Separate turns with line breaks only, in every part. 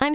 I'm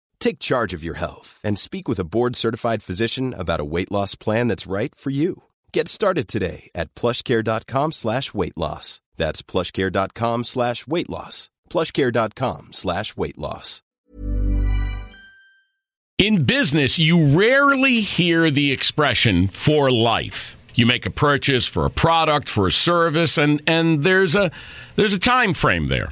Take charge of your health and speak with a board-certified physician about a weight loss plan that's right for you. Get started today at plushcare.com slash weight loss. That's plushcare.com slash weight loss. plushcare.com slash weight loss.
In business, you rarely hear the expression for life. You make a purchase for a product, for a service, and, and there's a there's a time frame there.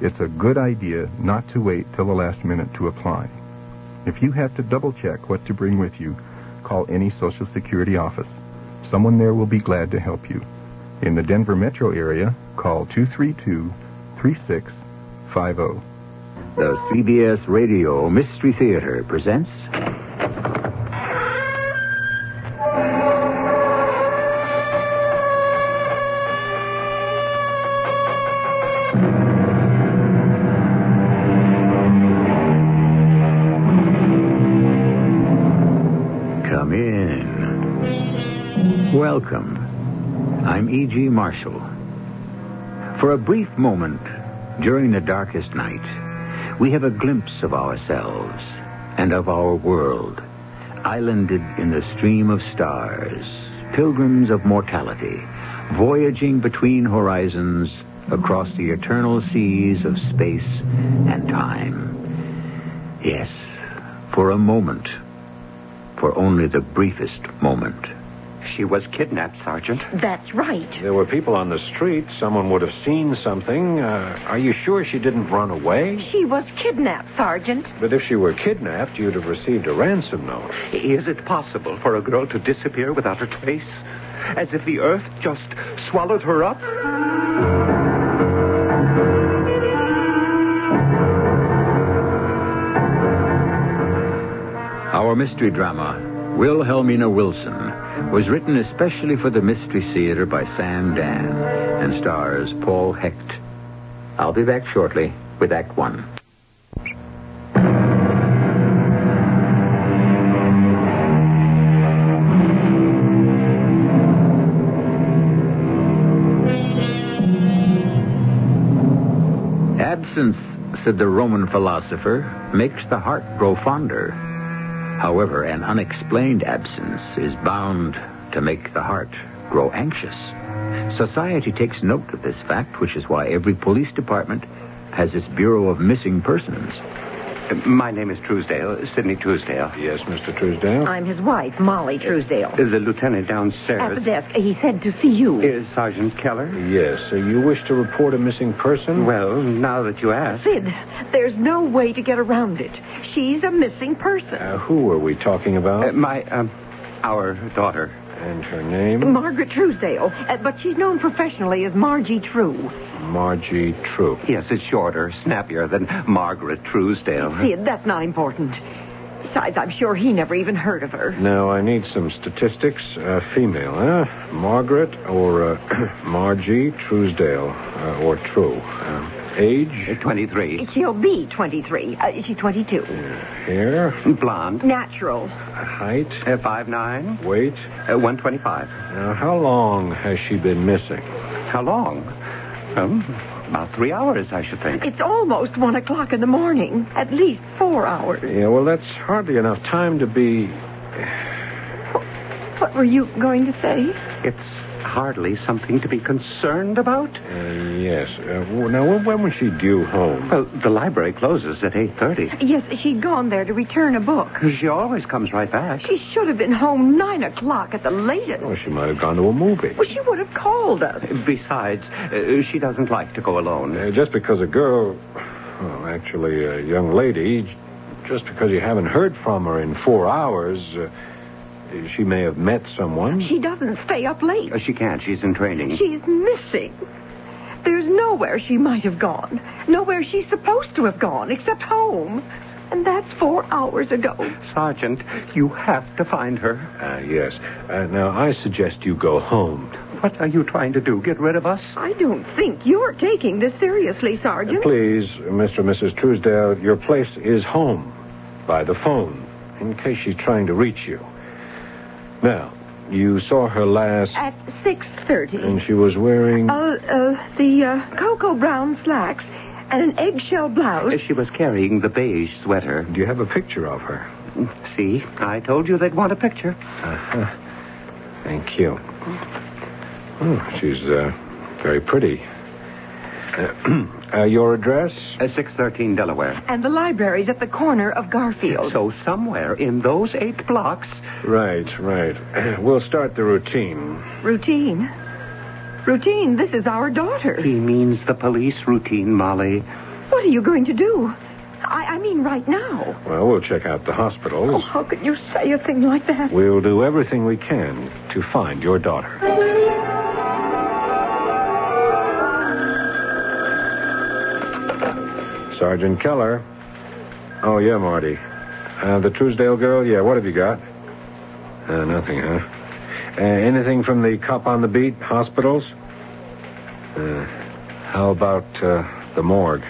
it's a good idea not to wait till the last minute to apply. If you have to double check what to bring with you, call any Social Security office. Someone there will be glad to help you. In the Denver metro area, call 232 3650.
The CBS Radio Mystery Theater presents Come in. Welcome. I'm E.G. Marshall. For a brief moment, during the darkest night, we have a glimpse of ourselves and of our world, islanded in the stream of stars, pilgrims of mortality, voyaging between horizons across the eternal seas of space and time. Yes, for a moment, for only the briefest moment.
She was kidnapped, Sergeant.
That's right.
There were people on the street. Someone would have seen something. Uh, are you sure she didn't run away?
She was kidnapped, Sergeant.
But if she were kidnapped, you'd have received a ransom note.
Is it possible for a girl to disappear without a trace? As if the earth just swallowed her up?
Our mystery drama, Wilhelmina Wilson, was written especially for the Mystery Theater by Sam Dan and stars Paul Hecht. I'll be back shortly with Act One. Absence, said the Roman philosopher, makes the heart grow fonder. However, an unexplained absence is bound to make the heart grow anxious. Society takes note of this fact, which is why every police department has its Bureau of Missing Persons.
My name is Truesdale, Sidney Truesdale.
Yes, Mr. Truesdale.
I'm his wife, Molly Truesdale.
The lieutenant
At the
downstairs
desk. He said to see you.
is Sergeant Keller.
Yes, so you wish to report a missing person?
Well, now that you ask,
Sid, there's no way to get around it. She's a missing person.
Uh, who are we talking
uh,
about?
my, um, our daughter.
and her name?
Margaret Truesdale, uh, but she's known professionally as Margie True.
Margie True.
Yes, it's shorter, snappier than Margaret Truesdale.
Sid, that's not important. Besides, I'm sure he never even heard of her.
Now, I need some statistics. Uh, female, huh? Margaret or uh, Margie Truesdale uh, or True. Um,
Uh,
age,
23.
She'll be 23. Uh, she's 22.
hair,
Blonde.
Natural.
height,
Uh, 5'9",
weight.
uh, 125.
Now, how long has she been missing?
How long? Um, about three hours, I should think.
It's almost 1 o'clock in the morning. At least four hours.
Yeah, well, that's hardly enough time to be.
What were you going to say?
It's hardly something to be concerned about.
Uh, yes. Uh, w- now, when, when was she due home?
Well, the library closes at 8.30.
Yes, she'd gone there to return a book.
She always comes right back.
She should have been home nine o'clock at the latest.
Well, she might have gone to a movie.
Well, she would have called us.
Besides, uh, she doesn't like to go alone.
Uh, just because a girl, well, actually a young lady, just because you haven't heard from her in four hours, uh, she may have met someone.
She doesn't stay up
Oh,
late.
Uh, She can't. She's in training.
She's missing. There's nowhere she might have gone. Nowhere she's supposed to have gone, except home. And that's four hours ago.
Sergeant, you have to find her.
Uh, yes. Uh, now, I suggest you go home.
What are you trying to do? Get rid of us?
I don't think you're taking this seriously, Sergeant.
Please, Mr. and Mrs. Truesdale, your place is home by the phone in case she's trying to reach you. Now, you saw her last,
At 6.30.
and she was wearing.
Uh, uh, the uh, cocoa brown slacks and an eggshell blouse.
She was carrying the beige sweater.
Do you have a picture of her?
See, I told you they'd want a picture.
uh-huh. Thank you. Oh, she's uh, very pretty. Uh, uh, your address?
Uh, 613 Delaware.
And the library's at the corner of Garfield.
So somewhere in those eight blocks,
Right, right. We'll start the routine.
Routine. Routine, this is our daughter.
he means the police routine, Molly.
What are you going to do? I, I mean, right now.
Well, we'll check out the
Oh,
hospitals.
how could you say a thing like that?
We'll do everything we can to find your daughter. Sergeant Keller. Oh, yeah, Marty. Uh, the Truesdale girl? Yeah, what have you got? Uh, nothing, huh? Uh, anything from the cop on the beat, hospitals? Uh, how about uh, the morgue?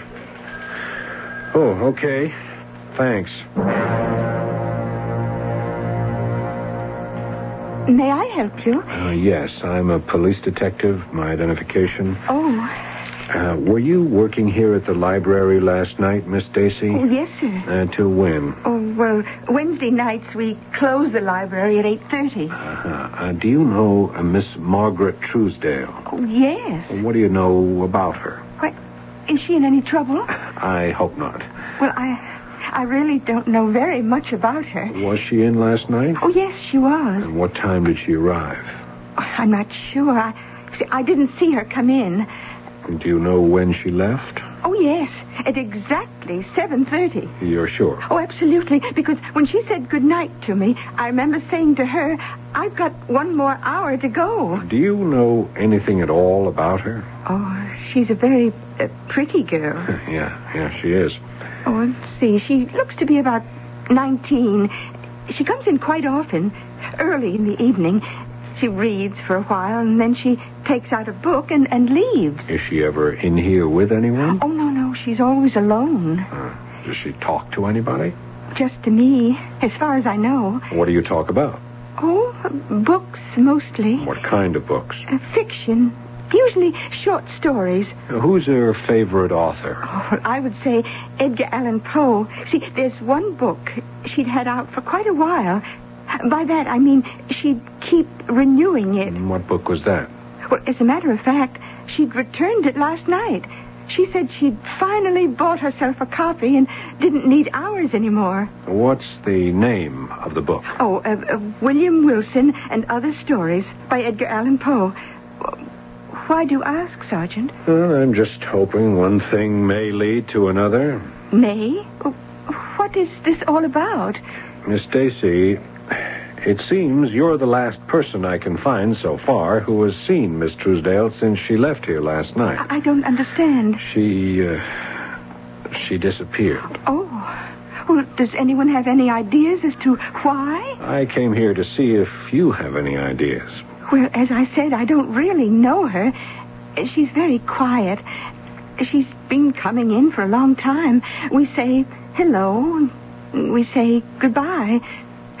Oh, okay. Thanks.
May I help you?
Uh, yes, I'm a police detective. My identification.
Oh,
Uh, were you working here at the library last night, Miss Stacy?
yes, sir.
Uh, till when?
Oh, well, Wednesday nights we close the library at 8.30.
Uh-huh. Uh, do you know uh, Miss Margaret Truesdale?
Oh, yes.
What do you know about her?
What? Is she in any trouble?
I hope not.
Well, I... I really don't know very much about her.
Was she in last night?
Oh, yes, she was.
And what time did she arrive?
I'm not sure. I, see, I didn't see her come in.
Do you know when she left?
Oh yes, at exactly seven thirty.
You're sure?
Oh, absolutely. Because when she said good night to me, I remember saying to her, "I've got one more hour to go."
Do you know anything at all about her?
Oh, she's a very uh, pretty girl.
yeah, yeah, she is.
Oh, let's see. She looks to be about nineteen. She comes in quite often, early in the evening. She reads for a while, and then she takes out a book and, and leaves.
Is she ever in here with anyone?
Oh, no, no. She's always alone.
Uh, does she talk to anybody?
Just to me, as far as I know.
What do you talk about?
Oh, books mostly.
What kind of books?
Uh, fiction. Usually short stories.
Who's her favorite author?
Oh, well, I would say Edgar Allan Poe. See, there's one book she'd had out for quite a while. By that, I mean she'd keep renewing it.
And what book was that?
Well, as a matter of fact, she'd returned it last night. She said she'd finally bought herself a copy and didn't need ours anymore.
What's the name of the book?
Oh, uh, uh, William Wilson and Other Stories by Edgar Allan Poe. Why do you ask, Sergeant?
Well, I'm just hoping one thing may lead to another.
May? What is this all about?
Miss Stacy, it seems you're the last person I can find so far who has seen Miss Truesdale since she left here last night.
I don't understand.
She, uh, she disappeared.
Oh. Well, does anyone have any ideas as to why?
I came here to see if you have any ideas.
Well, as I said, I don't really know her. She's very quiet. She's been coming in for a long time. We say hello, and we say goodbye.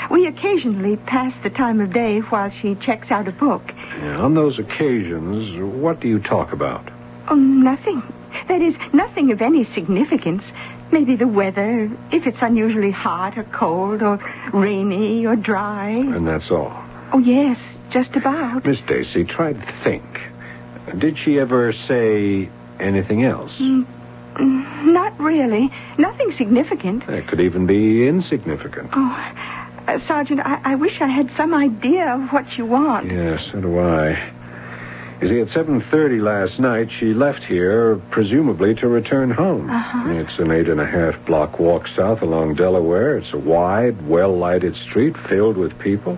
We occasionally pass the time of day while she checks out a book.
Yeah, on those occasions, what do you talk about?
Oh, nothing. That is, nothing of any significance. Maybe the weather, if it's unusually hot or cold or rainy or dry.
And that's all.
Oh, yes, just about.
Miss Stacy, try to think. Did she ever say anything else?
Mm, mm, Not really. Nothing significant.
That could even be insignificant.
Oh, uh, Sergeant, I, I wish I had some idea of what you want.
Yes, so do I. You see, at 7.30 last night, she left here, presumably to return home. It's an eight and a half block walk south along Delaware. It's a wide, well-lighted street filled with people.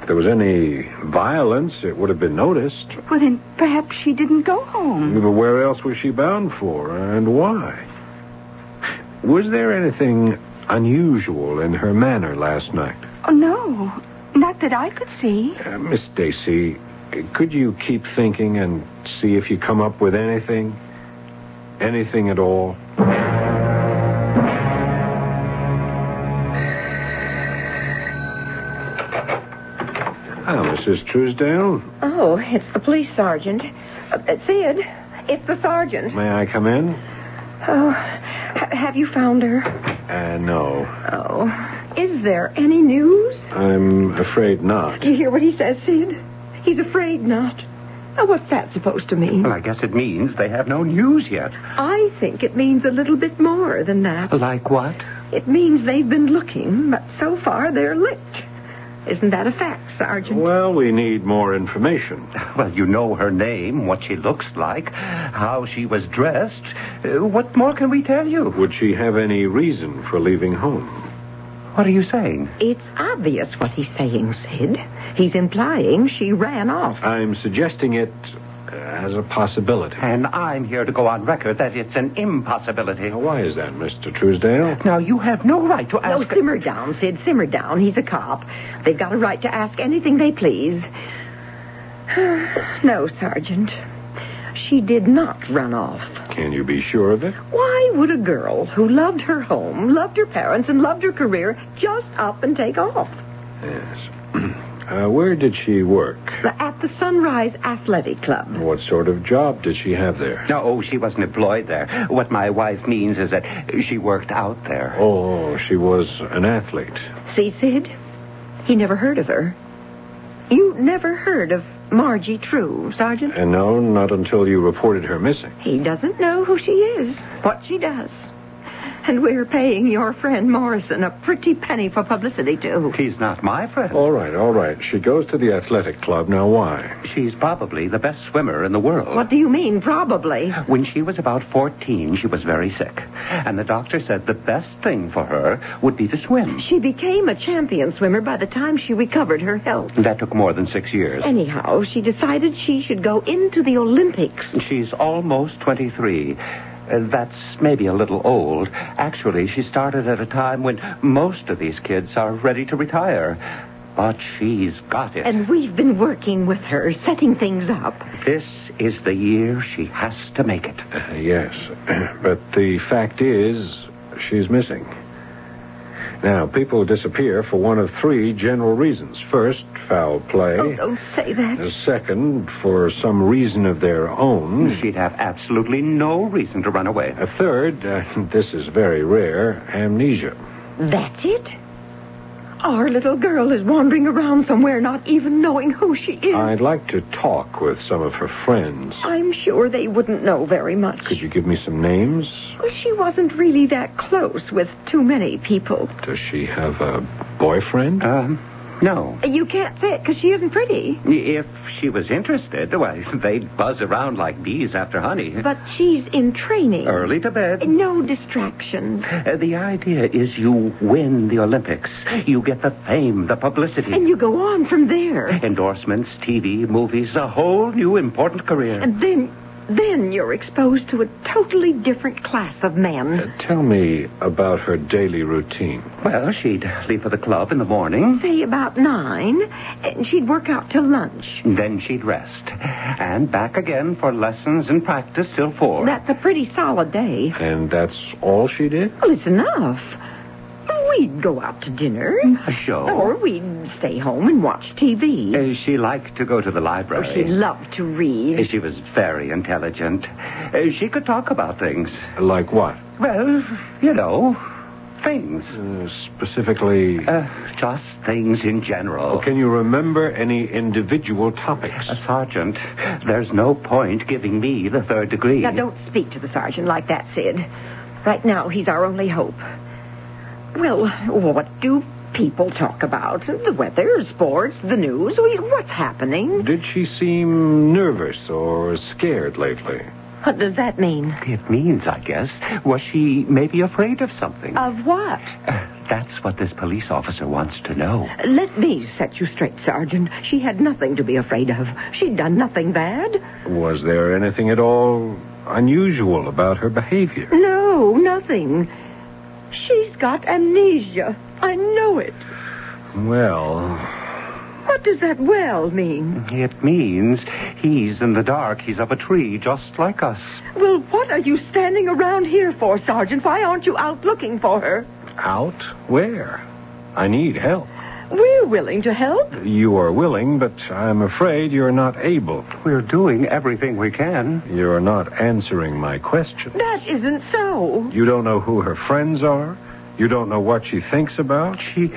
If there was any violence, it would have been noticed.
Well, then perhaps she didn't go home.
But where else was she bound for, and why? Was there anything unusual in her manner last night?
Oh, no. Not that I could see.
Uh, Miss Stacy, could you keep thinking and see if you come up with anything? Anything at all? Ah, Mrs. Truesdale,
Oh, it's the police sergeant. Uh, uh, Sid, it's the sergeant.
may I come in?
Oh, ha- have you found her?
Uh, no,
Oh, is there any news?
I'm afraid not.
Do you hear what he says, Sid? He's afraid not. Now, what's that supposed to mean?
Well, I guess it means they have no news yet.
I think it means a little bit more than that.
Like what?
It means they've been looking, but so far they're licked. Isn't that a fact, Sergeant?
Well, we need more information.
Well, you know her name, what she looks like, how she was dressed. Uh, what more can we tell you?
Would she have any reason for leaving home?
What are you saying?
It's obvious what he's saying, Sid. He's implying she ran off.
I'm suggesting it uh, as a possibility.
And I'm here to go on record that it's an impossibility.
Now, why is that, Mr. Truesdale?
Now, you have no right to
No,
ask.
simmer down, Sid. Simmer down. He's a cop. They've got a right to ask anything they please. no, Sergeant. She did not run off.
Can you be sure of it?
Why would a girl who loved her home, loved her parents, and loved her career just up and take off?
Yes. Uh, where did she work?
At the Sunrise Athletic Club.
What sort of job did she have there?
No, oh, she wasn't employed there. What my wife means is that she worked out there.
Oh, she was an athlete.
See, Sid? He never heard of her. You never heard of Margie True, Sergeant?
And Uh, no, not until you reported her missing.
He doesn't know who she is, what she does. And we're paying your friend Morrison a pretty penny for publicity, too.
He's not my friend.
All right, all right. She goes to the athletic club. Now, why?
She's probably the best swimmer in the world.
What do you mean, probably?
When she was about 14, she was very sick. And the doctor said the best thing for her would be to swim.
She became a champion swimmer by the time she recovered her health.
That took more than six years.
Anyhow, she decided she should go into the Olympics.
She's almost 23. Uh, that's maybe a little old. Actually, she started at a time when most of these kids are ready to retire. But she's got it.
And we've been working with her, setting things up.
this is the year she has to make it.
Uh, yes. but the fact is, she's missing. Now, people disappear for one of three general reasons. First, foul play. Uh,
Oh, don't say that.
Second, for some reason of their own.
She'd have absolutely no reason to run away.
A uh, third, uh, this is very rare, amnesia.
That's it? Our little girl is wandering around somewhere not even knowing who she is.
Uh,
I'd like to talk with some of her friends.
I'm sure they wouldn't know very much.
Could you give me some names?
Well, she wasn't really that close with too many people.
Does she have a boyfriend?
Um, no.
You can't say it because she isn't pretty.
If she was interested, why, they'd buzz around like bees after honey.
But she's in training.
Early to bed.
No distractions.
Uh, the idea is you win the Olympics. You get the fame, the publicity.
And you go on from there.
Endorsements, TV, movies, a whole new important career.
And then, then you're exposed to a totally different class of men.
Tell me about her daily routine.
Well, she'd leave for the club in the morning.
Say about nine, and she'd work out till lunch.
Then she'd rest. And back again for lessons and practice till four.
That's a pretty solid day.
And that's all she did?
Well, it's enough. We'd go out to dinner.
Mm, A show.
Or Oh, we'd stay home and watch TV.
Uh, she liked to go to the library.
she loved to read.
Uh, She was very intelligent. Uh, She could talk about things.
Like what?
Well, you know, things.
Uh, specifically,
Uh, just things in general.
can you remember any individual topics?
Uh, Sergeant, there's no point giving me the third degree.
Now, don't speak to the sergeant like that, Sid. Right now, he's our only hope. Well, what do people talk about? The weather, sports, the news, we- what's happening?
Did she seem nervous or scared lately?
What does that mean?
It means, I guess, was she maybe afraid of something?
Of what?
Uh, That's what this police officer wants to know.
Let me set you straight, Sergeant. She had nothing to be afraid of. She'd done nothing bad.
Was there anything at all unusual about her behavior?
No, nothing. She's got amnesia. I know it.
Well,
What does that well mean?
It means he's in the dark. He's up a tree, just like us.
Well, what are you standing around here for, Sergeant? Why aren't you out looking for her?
out? Where? I need help.
We're willing to help.
You are willing, but I'm afraid you're not able.
We're doing everything we can.
You're not answering my question.
That isn't so.
You don't know who her friends are. You don't know what she thinks about.
She,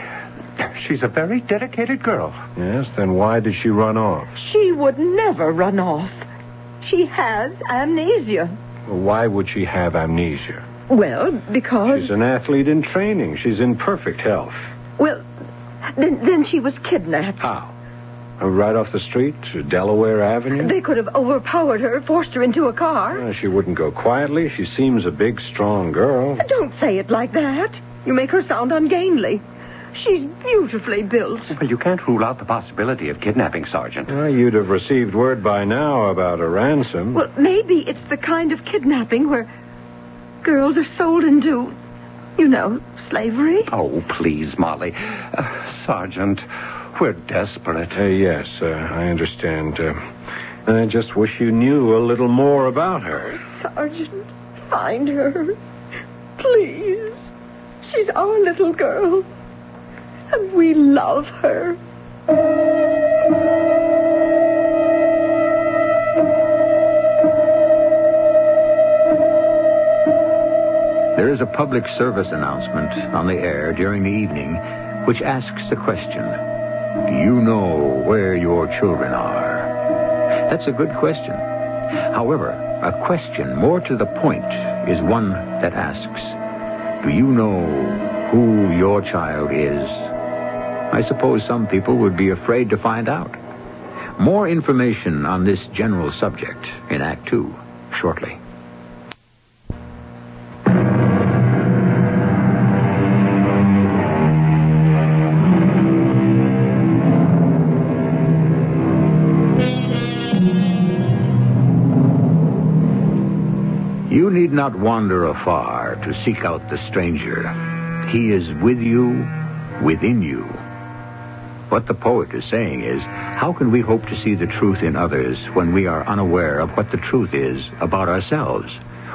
she's a very dedicated girl.
Yes, then why did she run off?
She would never run off. She has amnesia.
Why would she have amnesia?
Well, because.
She's an athlete in training. She's in perfect health.
Well, then, then she was kidnapped.
How? Uh, Right off the street to Delaware Avenue?
They could have overpowered her, forced her into a car.
Uh, she wouldn't go quietly. She seems a big, strong girl.
Don't say it like that. You make her sound ungainly. She's beautifully built.
Well, you can't rule out the possibility of kidnapping, Sergeant.
Uh, you'd have received word by now about a ransom.
Well, maybe it's the kind of kidnapping where girls are sold into, you know, slavery.
Oh, please, Molly. Uh, Sergeant, we're desperate.
Uh, yes, uh, I understand. Uh, I just wish you knew a little more about her.
Sergeant, find her. Please. She's our little girl. And we love her.
There is a public service announcement on the air during the evening which asks the question Do you know where your children are? That's a good question. However, a question more to the point is one that asks Do you know who your child is? I suppose some people would be afraid to find out. More information on this general subject in Act Two shortly. You need not wander afar to seek out the stranger. He is with you, within you. What the poet is saying is, how can we hope to see the truth in others when we are unaware of what the truth is about ourselves?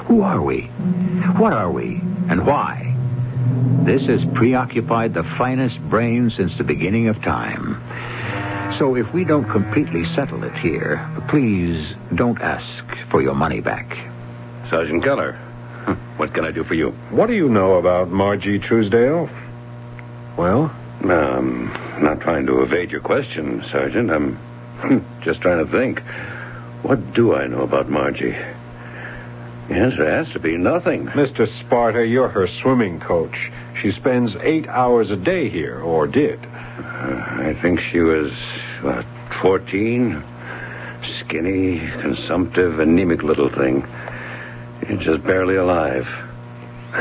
Who are we? What are we? And why? This has preoccupied the finest brain since the beginning of time. So if we don't completely settle it here, please don't ask for your money back.
Sergeant Keller, what can I do for you?
What do you know about Margie Truesdale? Well,
Um, not trying to evade your question, Sergeant. I'm just trying to think. What do I know about Margie? Yes, there has to be nothing.
Mr. Sparta, you're her swimming coach. She spends eight hours a day here, or did.
Uh, I think she was, what, 14? Uh, Skinny, consumptive, anemic little thing. And just barely alive.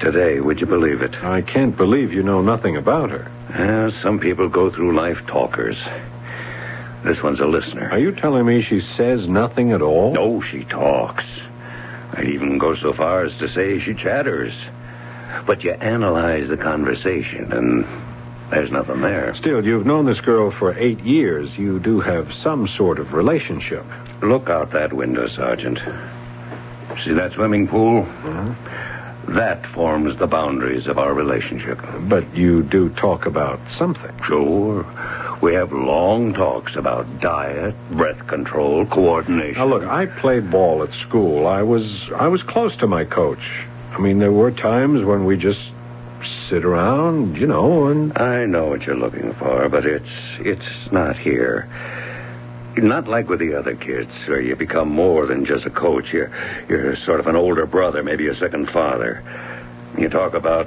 Today, would you believe it?
I can't believe you know nothing about her.
Well, some people go through life talkers. This one's a listener.
Are you telling me she says nothing at all?
No, she talks. I'd even go so far as to say she chatters. But you analyze the conversation, and there's nothing there.
Still, you've known this girl for eight years. You do have some sort of relationship.
Look out that window, Sergeant. See that swimming pool? That forms the boundaries of our relationship.
Hmm? But you do talk about something.
Sure. We have long talks about diet, breath control, coordination.
Now look, I played ball at school. I was I was close to my coach. I mean, there were times when we just sit around, you know, and
I know what you're looking for, but it's it's not here. Not like with the other kids, where you become more than just a coach. You're you're sort of an older brother, maybe a second father. You talk about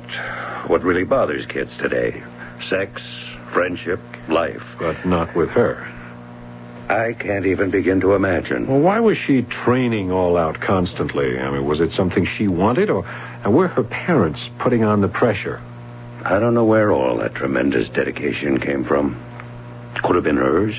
what really bothers kids today: sex, friendship, life.
but not with her.
I can't even begin to imagine.
Well, why was she training all out constantly? I mean, was it something she wanted, or and were her parents putting on the pressure?
I don't know where all that tremendous dedication came from. Could have been hers.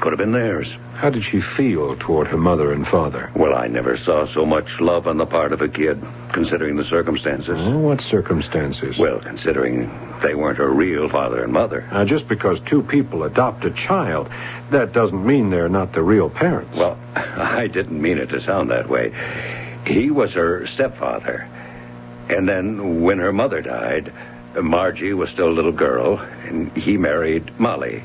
Could have been theirs.
How did she feel toward her mother and father?
Well, I never saw so much love on the part of a kid, considering the circumstances.
Well, what circumstances?
Well, considering they weren't her real father and mother.
Now, just because two people adopt a child, that doesn't mean they're not the real parents.
Well, I didn't mean it to sound that way. He was her stepfather. And then when her mother died, Margie was still a little girl, and he married Molly.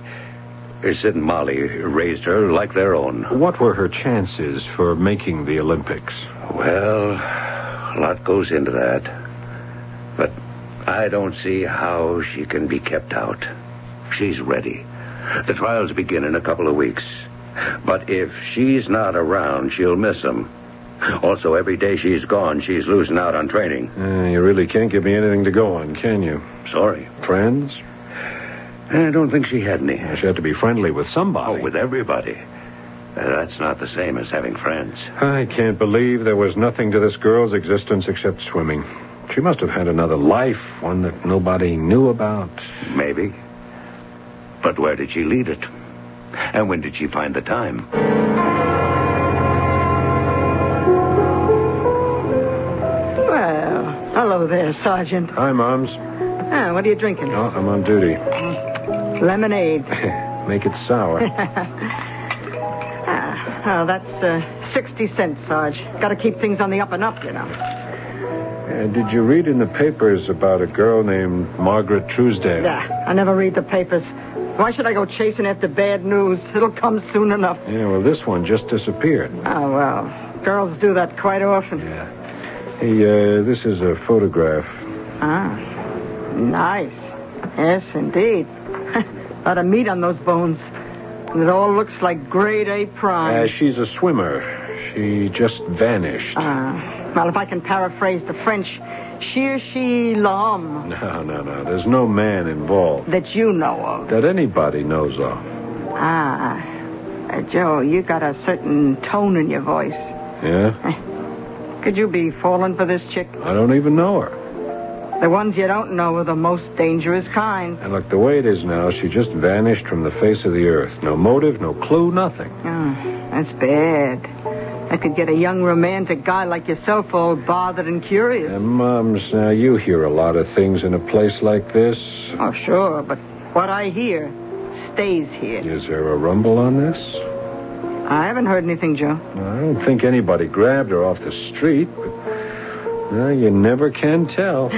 Sid and Molly raised her like their own.
What were her chances for making the Olympics?
Well, a lot goes into that. But I don't see how she can be kept out. She's ready. The trials begin in a couple of weeks. But if she's not around, she'll miss them. Also, every day she's gone, she's losing out on training.
Uh, you really can't give me anything to go on, can you?
Sorry.
Friends?
Eh, I don't think she had any.
She had to be friendly with somebody.
Oh, with everybody. Uh, that's not the same as having friends.
I can't believe there was nothing to this girl's existence except swimming. She must have had another life, one that nobody knew about.
Maybe. But where did she lead it? And when did she find the time?
Well, hello there, Sergeant.
Hi, Moms.
Ah, what are you drinking?
Oh, I'm on duty.
Lemonade.
Make it sour.
Oh, that's uh, 60 cents, Sarge. Got to keep things on the up and up, you know.
Uh, did you read in the papers about a girl named Margaret Truesdale?
Yeah, I never read the papers. Why should I go chasing after bad news? It'll come soon enough.
Yeah, well, this one just disappeared.
Oh, well, girls do that quite often.
Hey, uh, this is a photograph.
Ah, nice. Yes, indeed. lot of meat on those bones. And it all looks like grade A prime.
Uh, she's a swimmer. She just vanished.
Ah, well, if I can paraphrase the French, sheer she l'homme
No, no, no. There's no man involved
Oh. that you know of.
that anybody knows of.
Ah, uh, Joe, you got a certain tone in your voice.
Yeah?
Could you be falling for this chick?
I don't even know her.
The ones you don't know are the most dangerous kind.
And look, the way it is now, she just vanished from the face of the earth. No motive, no clue, nothing.
Oh, that's bad. That could get a young romantic guy like yourself all bothered and curious.
And, Moms, now you hear a lot of things in a place like this.
Oh, sure, but what I hear stays here.
Is there a rumble on this?
I haven't heard anything, Joe.
I don't think anybody grabbed her off the street, but well, you never can tell.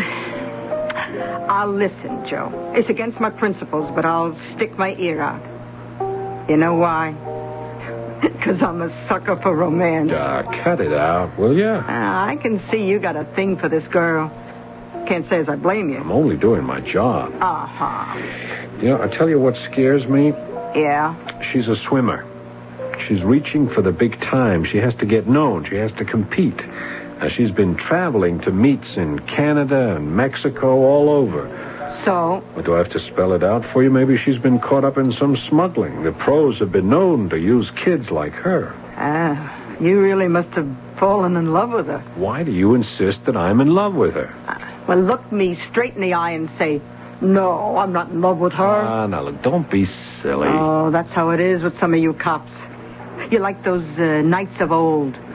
I'll listen, Joe. It's against my principles, but I'll stick my ear out. You know why? Because I'm a sucker for romance.
Ah, cut it out, will you?
Ah, I can see you got a thing for this girl. can't say as I blame you.
I'm only doing my job.
Uh huh.
You know, I tell you what scares me.
Yeah.
She's a swimmer. She's reaching for the big time. She has to get known. She has to compete. Now, she's been traveling to meets in Canada and Mexico, all over.
So,
Well, do I have to spell it out for you? Maybe she's been caught up in some smuggling. The pros have been known to use kids like her.
ah, you really must have fallen in love with her.
Why do you insist that I'm in love with her?
Well, look me straight in the eye and say, no, I'm not in love with her.
Ah, now, look, don't be silly.
Oh, that's how it is with some of you cops. You're like those uh, knights of old,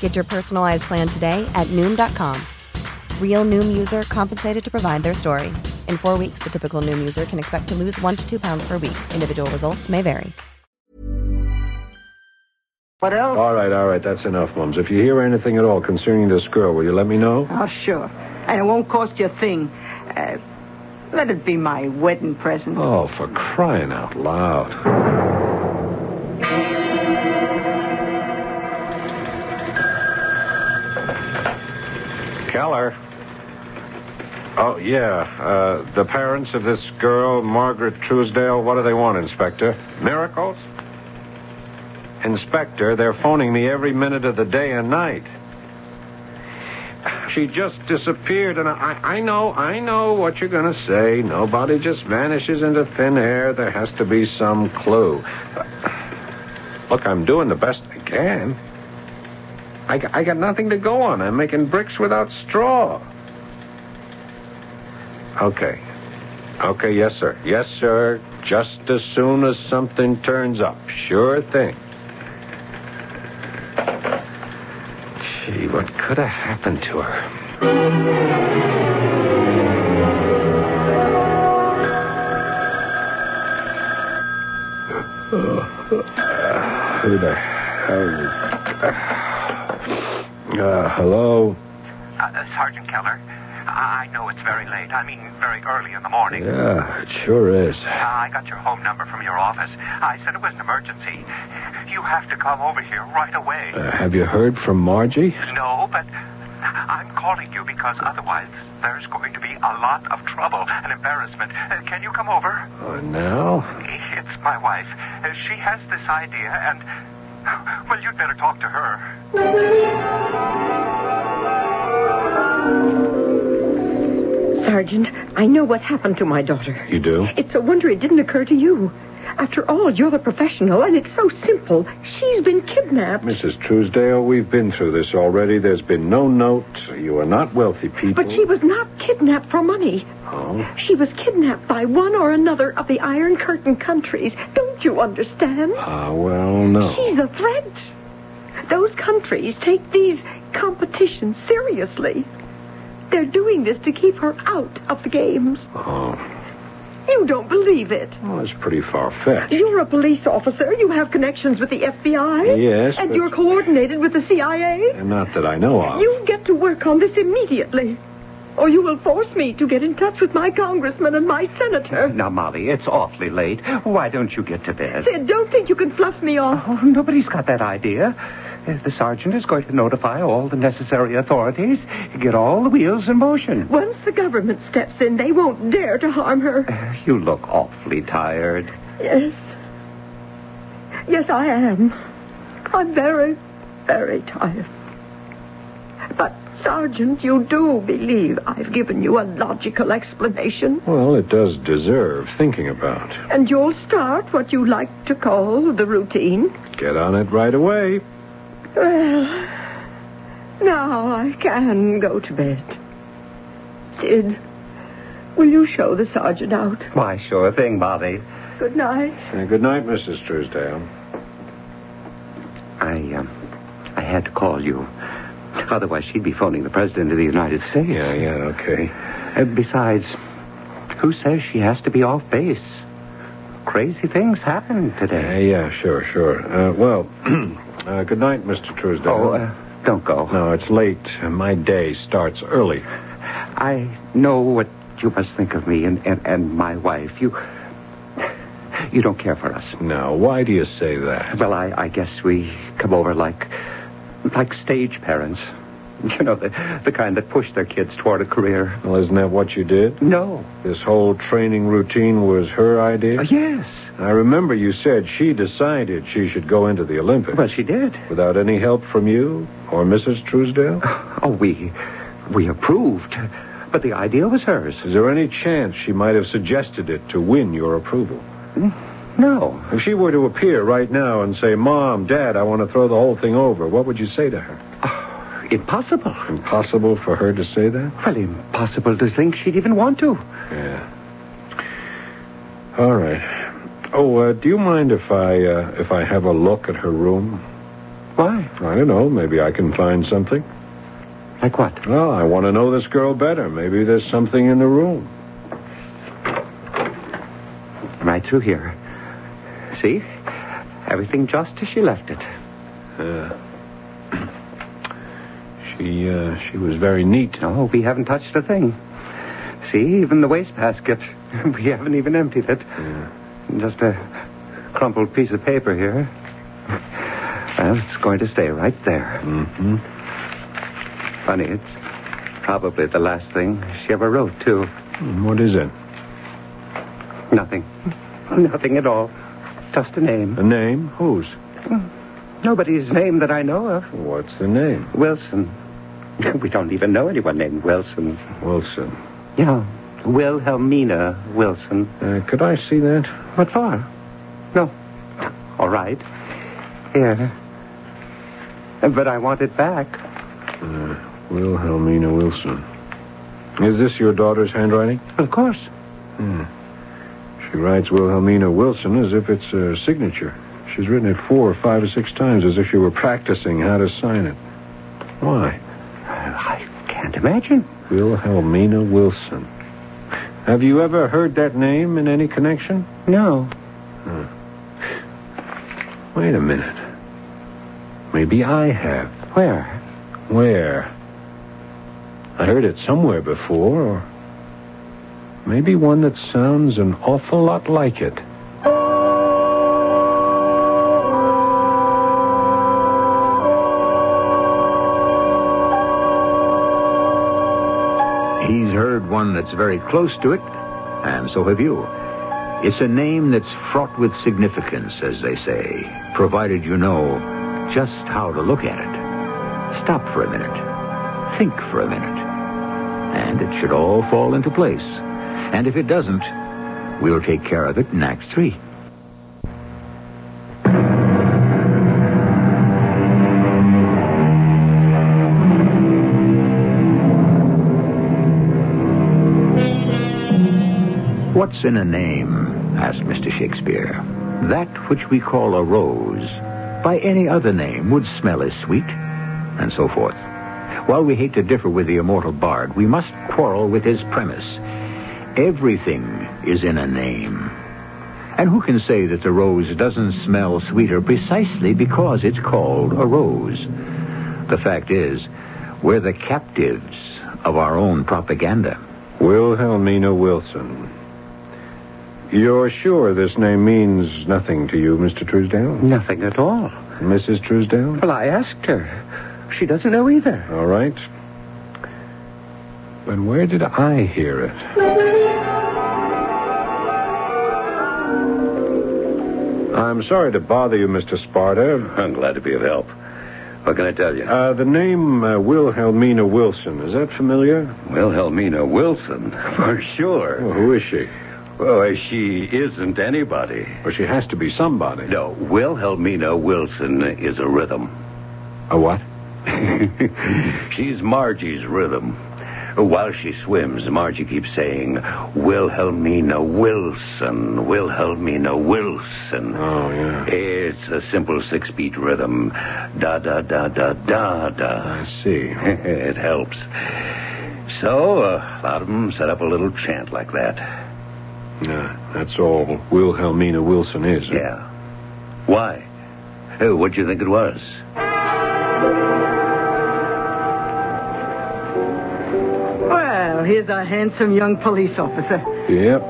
Get your personalized plan today at Noom.com. Real Noom user compensated to provide their story. In four weeks, the typical Noom user can expect to lose one to two pounds per week. Individual results may vary.
What else?
All right, all right, that's enough, Mums. If you hear anything at all concerning this girl, will you let me know?
Oh, sure. And it won't cost you a thing. Uh, let it be my wedding present.
Oh, for crying out loud. Keller. Oh, yeah. Uh, the parents of this girl, Margaret Truesdale, what do they want, Inspector? Miracles? Inspector, they're phoning me every minute of the day and night. She just disappeared, and I, I know, I know what you're going to say. Nobody just vanishes into thin air. There has to be some clue. Look, I'm doing the best I can. I, g- I got nothing to go on. I'm making bricks without straw. Okay. Okay, yes, sir. Yes, sir. Just as soon as something turns up. Sure thing. Gee, what could have happened to her? Who the hell? Uh, hello?
Uh, Sergeant Keller, I I know it's very late. I mean, very early in the morning.
Yeah, it sure is.
Uh, I got your home number from your office. I said it was an emergency. You have to come over here right away.
Uh, have you heard from Margie?
No, but I'm calling you because otherwise there's going to be a lot of trouble and embarrassment. Uh, can you come over?
Uh, now?
It's my wife. Uh, She has this idea, and, well, you'd better talk to her.
Sergeant, I know what happened to my daughter.
You do?
It's a wonder it didn't occur to you. After all, you're the professional, and it's so simple. She's been kidnapped.
Mrs. Truesdale, we've been through this already. There's been no note. You are not wealthy people.
But she was not kidnapped for money.
Oh?
She was kidnapped by one or another of the Iron Curtain countries. Don't you understand?
Ah, well, no.
She's a threat. Those countries take these competitions seriously. They're doing this to keep her out of the games.
Oh,
You don't believe it.
well, that's pretty far-fetched.
You're a police officer. You have connections with the FBI.
Yes,
And
but-
you're coordinated with the CIA.
Not that I know of.
You get to work on this immediately, or you will force me to get in touch with my congressman and my senator.
Now, Molly, it's awfully late. Why don't you get to bed?
Sid, don't think you can fluff me off.
Oh, nobody's got that idea. Uh, The sergeant is going to notify all the necessary authorities, get all the wheels in motion.
Once the government steps in, they won't dare to harm her.
You look awfully tired.
Yes. Yes, I am. I'm very, very tired. But Sergeant, you do believe I've given you a logical explanation,
Well, it does deserve thinking about.
and you'll start what you like to call the routine.
Get on it right away.
Well, now I can go to bed. Sid, will you show the sergeant out?
Why, sure thing, Bobby.
Good night.
Uh, good night, Mrs. Truesdale.
I, um, I had to call you. Otherwise, she'd be phoning the President of the United States. Yeah,
yeah, okay.
Uh, besides, who says she has to be off base? Crazy things happen today.
Uh, yeah, sure, sure. Uh, well, uh, good night, Mr. Truesdale. Oh, uh,
don't go.
No, it's late. My day starts early.
I know what you must think of me and, and, and my wife. You. You don't care for us.
Now, why do you say that?
Well, I, I guess we come over like. like stage parents. You know, the, the kind that push their kids toward a career.
Well, isn't that what you did?
No. Uh,
This whole training routine was her idea?
yes.
I remember you said she decided she should go into the Olympics.
Well, she did.
Without any help from you or Mrs. Truesdale?
Oh, we. we approved. But the idea was hers.
Is there any chance she might have suggested it to win your approval?
Mm, No.
If she were to appear right now and say, Mom, Dad, I want to throw the whole thing over, what would you say to her?
Uh, Impossible.
Impossible for her to say that?
Well, impossible to think she'd even want to.
Yeah. All right. Oh, uh, do you mind if I uh, if I have a look at her room?
Why?
I don't know. Maybe I can find something.
Like what?
Well, I want to know this girl better. Maybe there's something in the room.
Right through here. See? Everything just as she left it.
Uh, she uh, she was very neat.
No, we haven't touched a thing. See, even the wastebasket. We haven't even emptied it. Just a crumpled piece of paper here. Well, it's going to stay right there.
Mm-hmm.
Funny, it's probably the last thing she ever wrote, too.
Hmm, What is it?
Nothing. Nothing at all. Just a name.
A name? Whose?
Nobody's name that I know of.
What's the name?
Wilson. We don't even know anyone named Wilson.
Wilson.
Yeah, Wilhelmina Wilson.
Uh, could I see that?
What for? No. All right. Here. But I want it back.
Uh, Wilhelmina Wilson. Is this your daughter's handwriting?
Of course.
Hmm. She writes Wilhelmina Wilson as if it's her signature. She's written it four or five or six times as if she were practicing how to sign it. Why?
I can't imagine.
Wilhelmina Wilson. Have you ever heard that name in any connection?
No.
Hmm. Wait a minute. Maybe I have.
Where?
Where? I heard it somewhere before, or maybe one that sounds an awful lot like it.
He's heard one that's very close to it, and so have you. It's a name that's fraught with significance, as they say, provided you know just how to look at it. Stop for a minute. Think for a minute. And it should all fall into place. And if it doesn't, we'll take care of it in Act 3. What's in a name? asked Mr. Shakespeare. That which we call a rose, by any other name, would smell as sweet, and so forth. While we hate to differ with the immortal bard, we must quarrel with his premise. Everything is in a name. And who can say that the rose doesn't smell sweeter precisely because it's called a rose? The fact is, we're the captives of our own propaganda.
Wilhelmina Wilson. You're sure this name means nothing to you, Mr. Truesdale?
Nothing at all.
Mrs. Truesdale?
Well, I asked her. She doesn't know either.
All right. But where did I hear it? I'm sorry to bother you, Mr. Sparta.
I'm glad to be of help. What can I tell you?
Uh, the name uh, Wilhelmina Wilson, is that familiar?
Wilhelmina Wilson, for sure.
Well, who is she?
Well, uh, she isn't anybody.
Well, she has to be somebody.
No, Wilhelmina Wilson is a rhythm.
A what?
She's Margie's rhythm. While she swims, Margie keeps saying, Wilhelmina Wilson, Wilhelmina Wilson.
Oh, yeah.
It's a simple six beat rhythm. Da, da, da, da, da, da.
I see.
it helps. So, uh, a lot of them set up a little chant like that.
Yeah, that's all Wilhelmina Wilson is. huh?
Yeah. Why? Hey, what'd you think it was?
Well, here's a handsome young police officer.
Yep,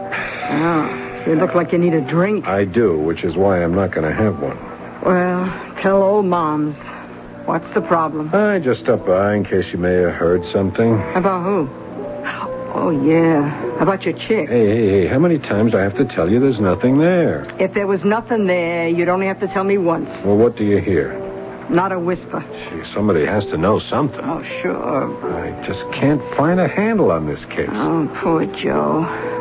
Oh, you look like you need a drink.
I do, which is why I'm not going to have one.
Well, tell old moms. What's the problem?
I just stopped by in case you may have heard something.
About who? Oh, yeah. About your chick.
Hey, hey, hey, how many times do I have to tell you there's nothing there?
If there was nothing there, you'd only have to tell me once.
Well, what do you hear?
Not a whisper.
Gee, somebody has to know something.
Oh, sure.
I just can't find a handle on this case.
Oh, poor Joe.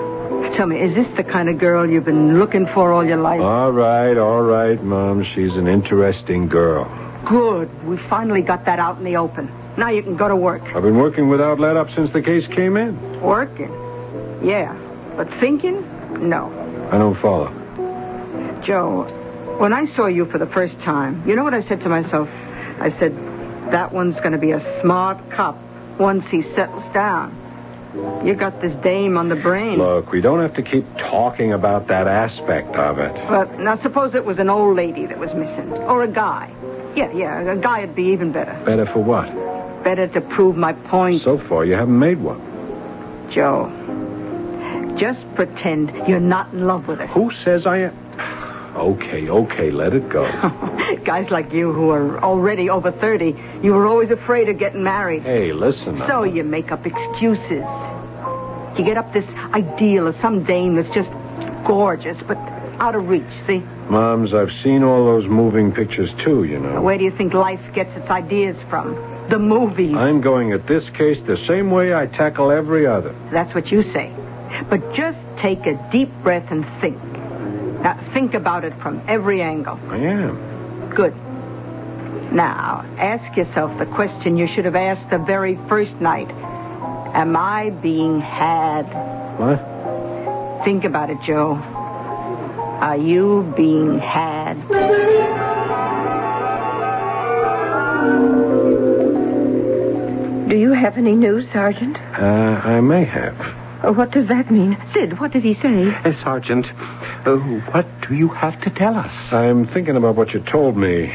Tell me, is this the kind of girl you've been looking for all your life?
All right, all right, Mom. She's an interesting girl.
Good. We finally got that out in the open. Now you can go to work.
I've been working without let up since the case came in.
Working? Yeah. But thinking? No.
I don't follow.
Joe, when I saw you for the first time, you know what I said to myself? I said, that one's going to be a smart cop once he settles down. You got this dame on the brain.
Look, we don't have to keep talking about that aspect of it.
But now suppose it was an old lady that was missing, or a guy. Yeah, yeah, a guy would be even better.
Better for what?
Better to prove my point,
So far, you haven't made one.
Joe. Just pretend you're not in love with her.
Who says I am? Okay, okay, let it go.
Guys like you who are already over 30, you were always afraid of getting married.
hey, listen.
So
uh,
you make up excuses. You get up this ideal of some dame that's just gorgeous, but out of reach, see?
Moms, I've seen all those moving pictures too, you know.
Where do you think life gets its ideas from? The movies.
I'm going at this case the same way I tackle every other.
That's what you say. But just take a deep breath and think. Now, think about it from every angle.
I am.
Good. Now, ask yourself the question you should have asked the very first night. Am I being had?
What?
Think about it, Joe. Are you being had?
Do you have any news, Sergeant?
Uh, I may have.
Oh, what does that mean? Sid, what did he say?
Eh,
Sergeant, uh, what do you have to tell us?
I'm thinking about what you told me.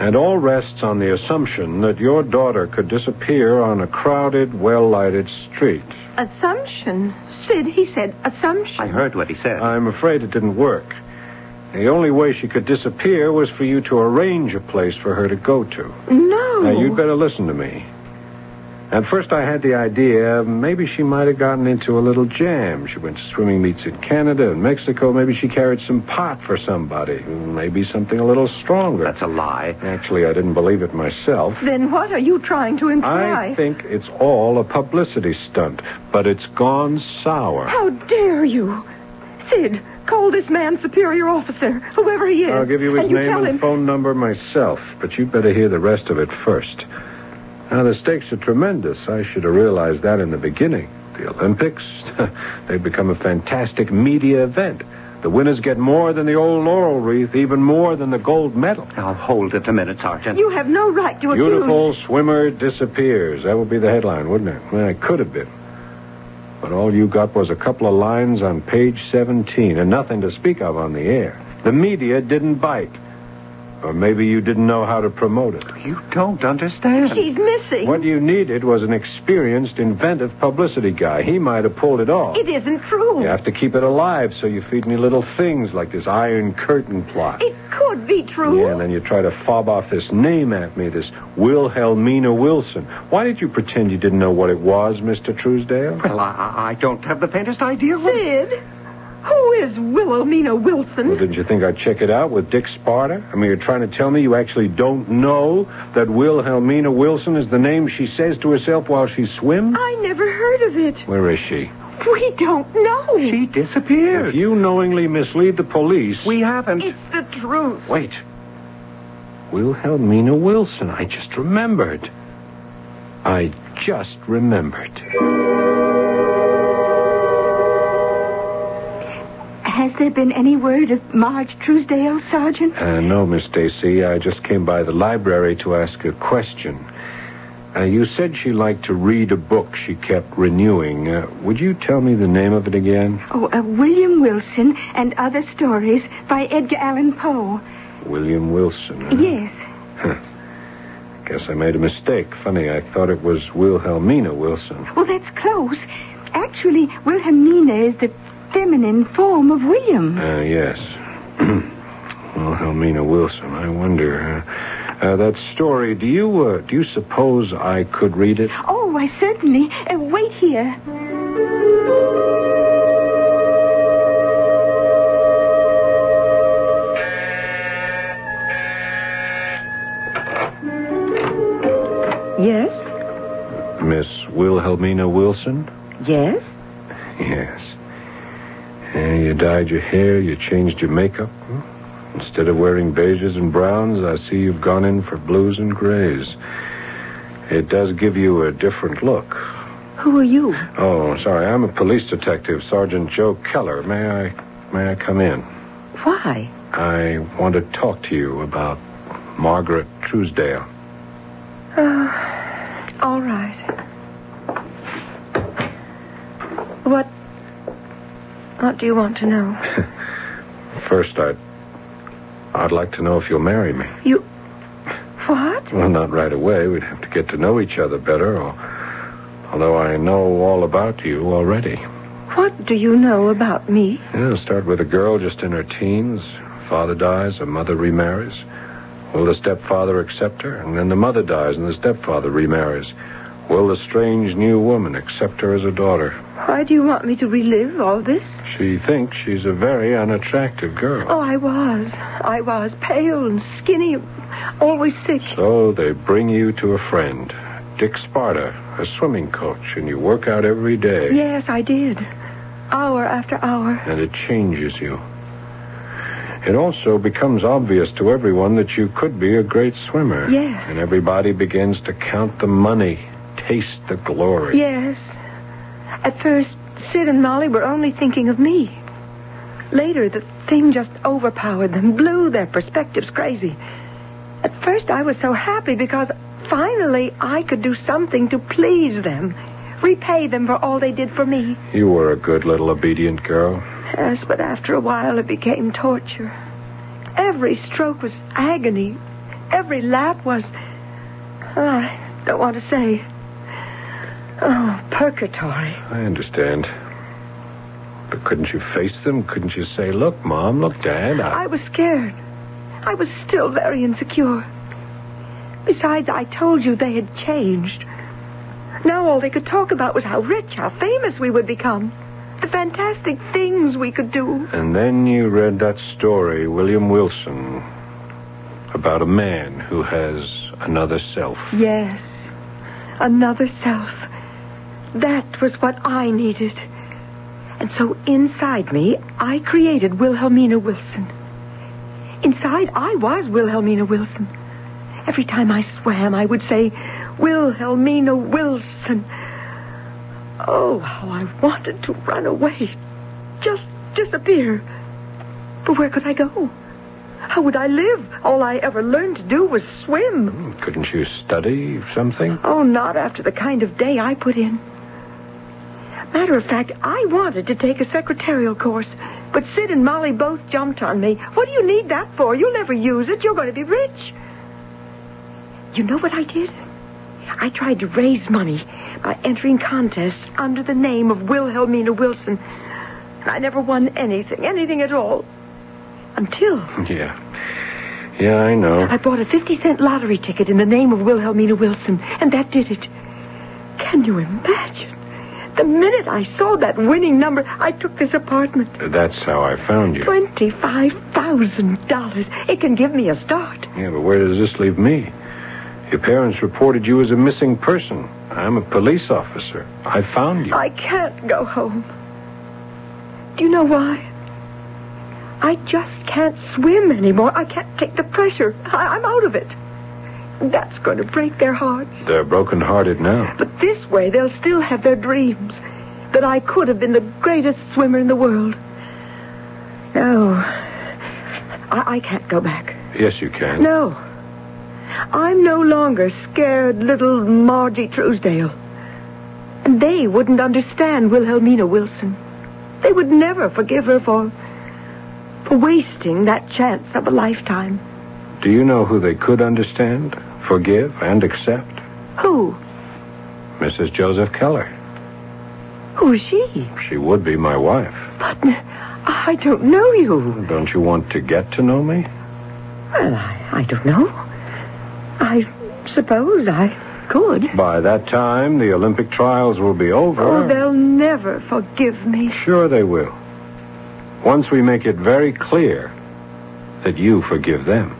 It all rests on the assumption that your daughter could disappear on a crowded, well lighted street.
Assumption. Sid, he said assumption.
I heard what he said.
I'm afraid it didn't work. The only way she could disappear was for you to arrange a place for her to go to.
No.
Now, you'd better listen to me. At first, I had the idea maybe she might have gotten into a little jam. She went to swimming meets in Canada and Mexico. Maybe she carried some pot for somebody. Maybe something a little stronger.
That's a lie.
Actually, I didn't believe it myself.
Then what are you trying to imply?
I think it's all a publicity stunt, but it's gone sour.
How dare you? Sid, call this man superior officer, whoever he is.
I'll give you his
and you
name
tell
and
him.
phone number myself, but you better hear the rest of it first. Now, the stakes are tremendous. I should have realized that in the beginning. The Olympics, they've become a fantastic media event. The winners get more than the old laurel wreath, even more than the gold medal.
Now, hold it a minute, Sergeant.
You have no right to accuse.
Beautiful swimmer disappears. That would be the headline, wouldn't it? Well, it could have been. But all you got was a couple of lines on page 17 and nothing to speak of on the air. The media didn't bite. Or maybe you didn't know how to promote it.
You don't understand.
She's missing.
What you needed was an experienced, inventive publicity guy. He might have pulled it off.
It isn't true.
You have to keep it alive, so you feed me little things like this Iron Curtain plot.
It could be true.
Yeah, and then you try to fob off this name at me, this Wilhelmina Wilson. Why did you pretend you didn't know what it was, Mr. Truesdale?
Well, I, I don't have the faintest idea. what-
Sid, who is Wilhelmina Wilson?
Well, didn't you think I'd check it out with Dick Sparta? I mean, you're trying to tell me you actually don't know that Wilhelmina Wilson is the name she says to herself while she swims?
I never heard of it.
Where is she?
We don't know.
She disappeared. If you knowingly mislead the police. We haven't.
It's the truth.
Wait. Wilhelmina Wilson. I just remembered. I just remembered.
Has there been any word of Marge Truesdale, Sergeant?
Uh, no, Miss Stacy. I just came by the library to ask a question. Uh, you said she liked to read a book she kept renewing. Uh, would you tell me the name of it again?
Oh, uh, William Wilson and Other Stories by Edgar Allan Poe.
William Wilson. huh?
Yes.
Guess I made a mistake. Funny, I thought it was Wilhelmina Wilson.
Well, that's close. Actually, Wilhelmina is the feminine form of William.
Uh, yes. Wilhelmina Wilson. I wonder. Uh, uh, that story. Do you uh, do you suppose I could read it?
Oh, why, certainly. Uh, wait here.
Yes?
Miss Wilhelmina Wilson.
Yes?
Yes. Yeah, you dyed your hair, you changed your makeup. Instead of wearing beiges and browns, I see you've gone in for blues and grays. It does give you a different look.
Who are you?
Oh, sorry, I'm a police detective, Sergeant Joe Keller. May I may I come in?
Why?
I want to talk to you about Margaret Truesdale.
Oh, all right. What? What do you want to know?
First, I'd I'd like to know if you'll marry me.
You. What?
Well, not right away. We'd have to get to know each other better, or, although I know all about you already.
What do you know about me?
Yeah, start with a girl just in her teens. Father dies, her mother remarries. Will the stepfather accept her? And then the mother dies, and the stepfather remarries. Will the strange new woman accept her as a daughter?
Why do you want me to relive all this?
She thinks she's a very unattractive girl.
Oh, I was. I was pale and skinny, always sick.
So they bring you to a friend, Dick Sparta, a swimming coach, and you work out every day.
Yes, I did. Hour after hour.
and it changes you. It also becomes obvious to everyone that you could be a great swimmer.
Yes.
And everybody begins to count the money, taste the glory.
Yes. At first, Sid and Molly were only thinking of me. Later, the thing just overpowered them, blew their perspectives crazy. At first, I was so happy because finally I could do something to please them, repay them for all they did for me.
You were a good little obedient girl.
Yes, but after a while it became torture. Every stroke was agony. Every lap was. well, I don't want to say. Oh, purgatory.
I understand. But couldn't you face them? Couldn't you say, look, Mom, look, Dad, I...
I was scared. I was still very insecure. Besides, I told you they had changed. Now all they could talk about was how rich, how famous we would become, the fantastic things we could do.
And then you read that story, William Wilson, about a man who has another self.
Yes, another self. That was what I needed. And so inside me, I created Wilhelmina Wilson. Inside, I was Wilhelmina Wilson. Every time I swam, I would say, Wilhelmina Wilson. Oh, how I wanted to run away. Just disappear. But where could I go? How would I live? All I ever learned to do was swim.
Couldn't you study something?
Oh, not after the kind of day I put in. Matter of fact, I wanted to take a secretarial course, but Sid and Molly both jumped on me. What do you need that for? You'll never use it. You're going to be rich. You know what I did? I tried to raise money by entering contests under the name of Wilhelmina Wilson. And I never won anything, anything at all. Until
Yeah. Yeah, I know.
I bought a 50 cent lottery ticket in the name of Wilhelmina Wilson, and that did it. Can you imagine? The minute I saw that winning number, I took this apartment.
That's how I found you.
$25,000. It can give me a start.
Yeah, but where does this leave me? Your parents reported you as a missing person. I'm a police officer. I found you.
I can't go home. Do you know why? I just can't swim anymore. I can't take the pressure. I- I'm out of it. That's going to break their hearts.
They're broken-hearted now.
But this way, they'll still have their dreams that I could have been the greatest swimmer in the world. No, I, I can't go back.
Yes, you can.
No, I'm no longer scared little Margie Truesdale. And they wouldn't understand Wilhelmina Wilson. They would never forgive her for for wasting that chance of a lifetime.
Do you know who they could understand, forgive, and accept?
Who?
Mrs. Joseph Keller.
Who is she?
She would be my wife.
But I don't know you.
Don't you want to get to know me?
Well, I, I don't know. I suppose I could.
By that time, the Olympic trials will be over.
Oh, they'll never forgive me.
Sure they will. Once we make it very clear that you forgive them.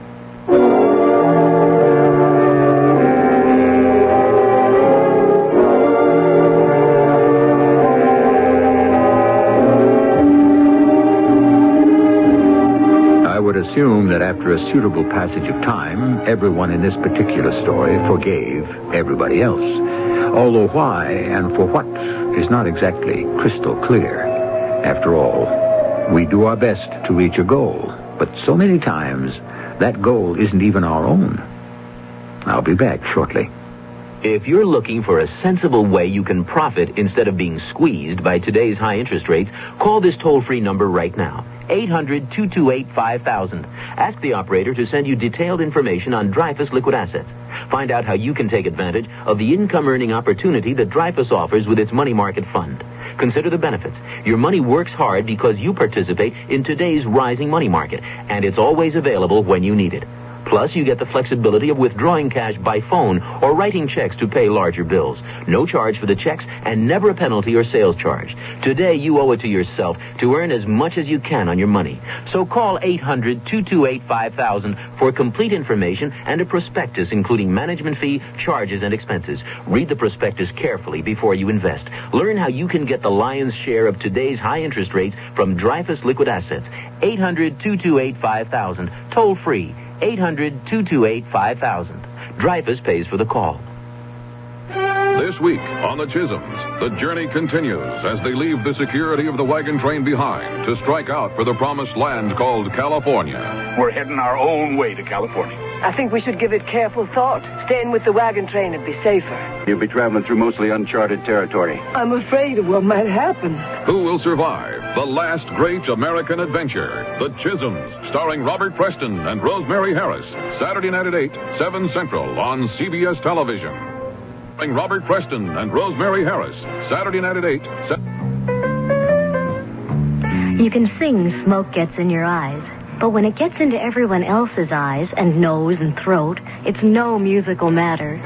I would assume that after a suitable passage of time, everyone in this particular story forgave everybody else. Although why and for what is not exactly crystal clear. After all, we do our best to reach a goal, but so many times that goal isn't even our own. I'll be back shortly.
If you're looking for a sensible way you can profit instead of being squeezed by today's high interest rates, call this toll-free number right now. 800-228-5000. Ask the operator to send you detailed information on Dreyfus Liquid Assets. Find out how you can take advantage of the income earning opportunity that Dreyfus offers with its money market fund. Consider the benefits. Your money works hard because you participate in today's rising money market, and it's always available when you need it. Plus, you get the flexibility of withdrawing cash by phone or writing checks to pay larger bills. No charge for the checks and never a penalty or sales charge. Today, you owe it to yourself to earn as much as you can on your money. So call 800-228-5000 for complete information and a prospectus including management fee, charges, and expenses. Read the prospectus carefully before you invest. Learn how you can get the lion's share of today's high interest rates from Dreyfus Liquid Assets. 800-228-5000. Toll free. 800-228-5000. Dreyfus pays for the call.
This week on the Chisholms, the journey continues as they leave the security of the wagon train behind to strike out for the promised land called California.
We're heading our own way to California.
I think we should give it careful thought. Staying with the wagon train would be safer.
You'll be traveling through mostly uncharted territory.
I'm afraid of what might happen.
Who will survive the last great American adventure? The Chisholms, starring Robert Preston and Rosemary Harris. Saturday night at 8, 7 Central on CBS Television. Starring Robert Preston and Rosemary Harris. Saturday night at 8, se-
You can sing smoke gets in your eyes, but when it gets into everyone else's eyes and nose and throat, it's no musical matter.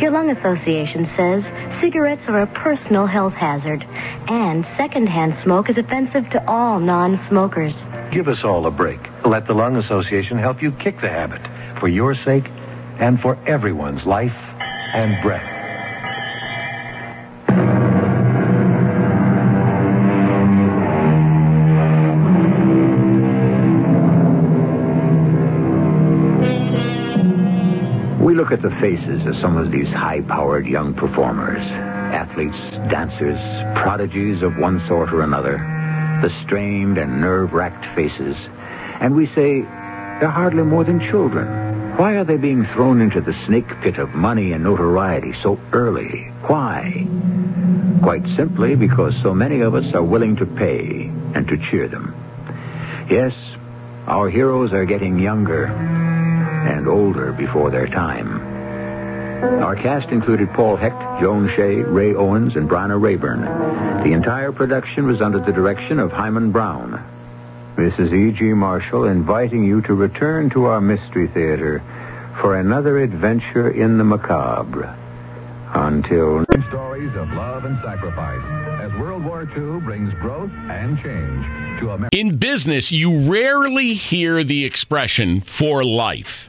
Your lung association says cigarettes are a personal health hazard, and secondhand smoke is offensive to all non-smokers.
Give us all a break. Let the Lung Association help you kick the habit for your sake and for everyone's life and breath.
We look at the faces of some of these high powered young performers athletes, dancers, prodigies of one sort or another, the strained and nerve racked faces, and we say, they're hardly more than children. Why are they being thrown into the snake pit of money and notoriety so early? Why? Quite simply because so many of us are willing to pay and to cheer them. Yes, our heroes are getting younger, and older before their time. Our cast included Paul Hecht, Joan Shea, Ray Owens, and Bryna Rayburn. The entire production was under the direction of Hyman Brown. E
Mrs. E.G. Marshall inviting you to return to our Mystery Theater for another adventure in the macabre.
Until.
Stories of love and sacrifice as World War II brings growth and change to America.
In business, you rarely hear the expression for life.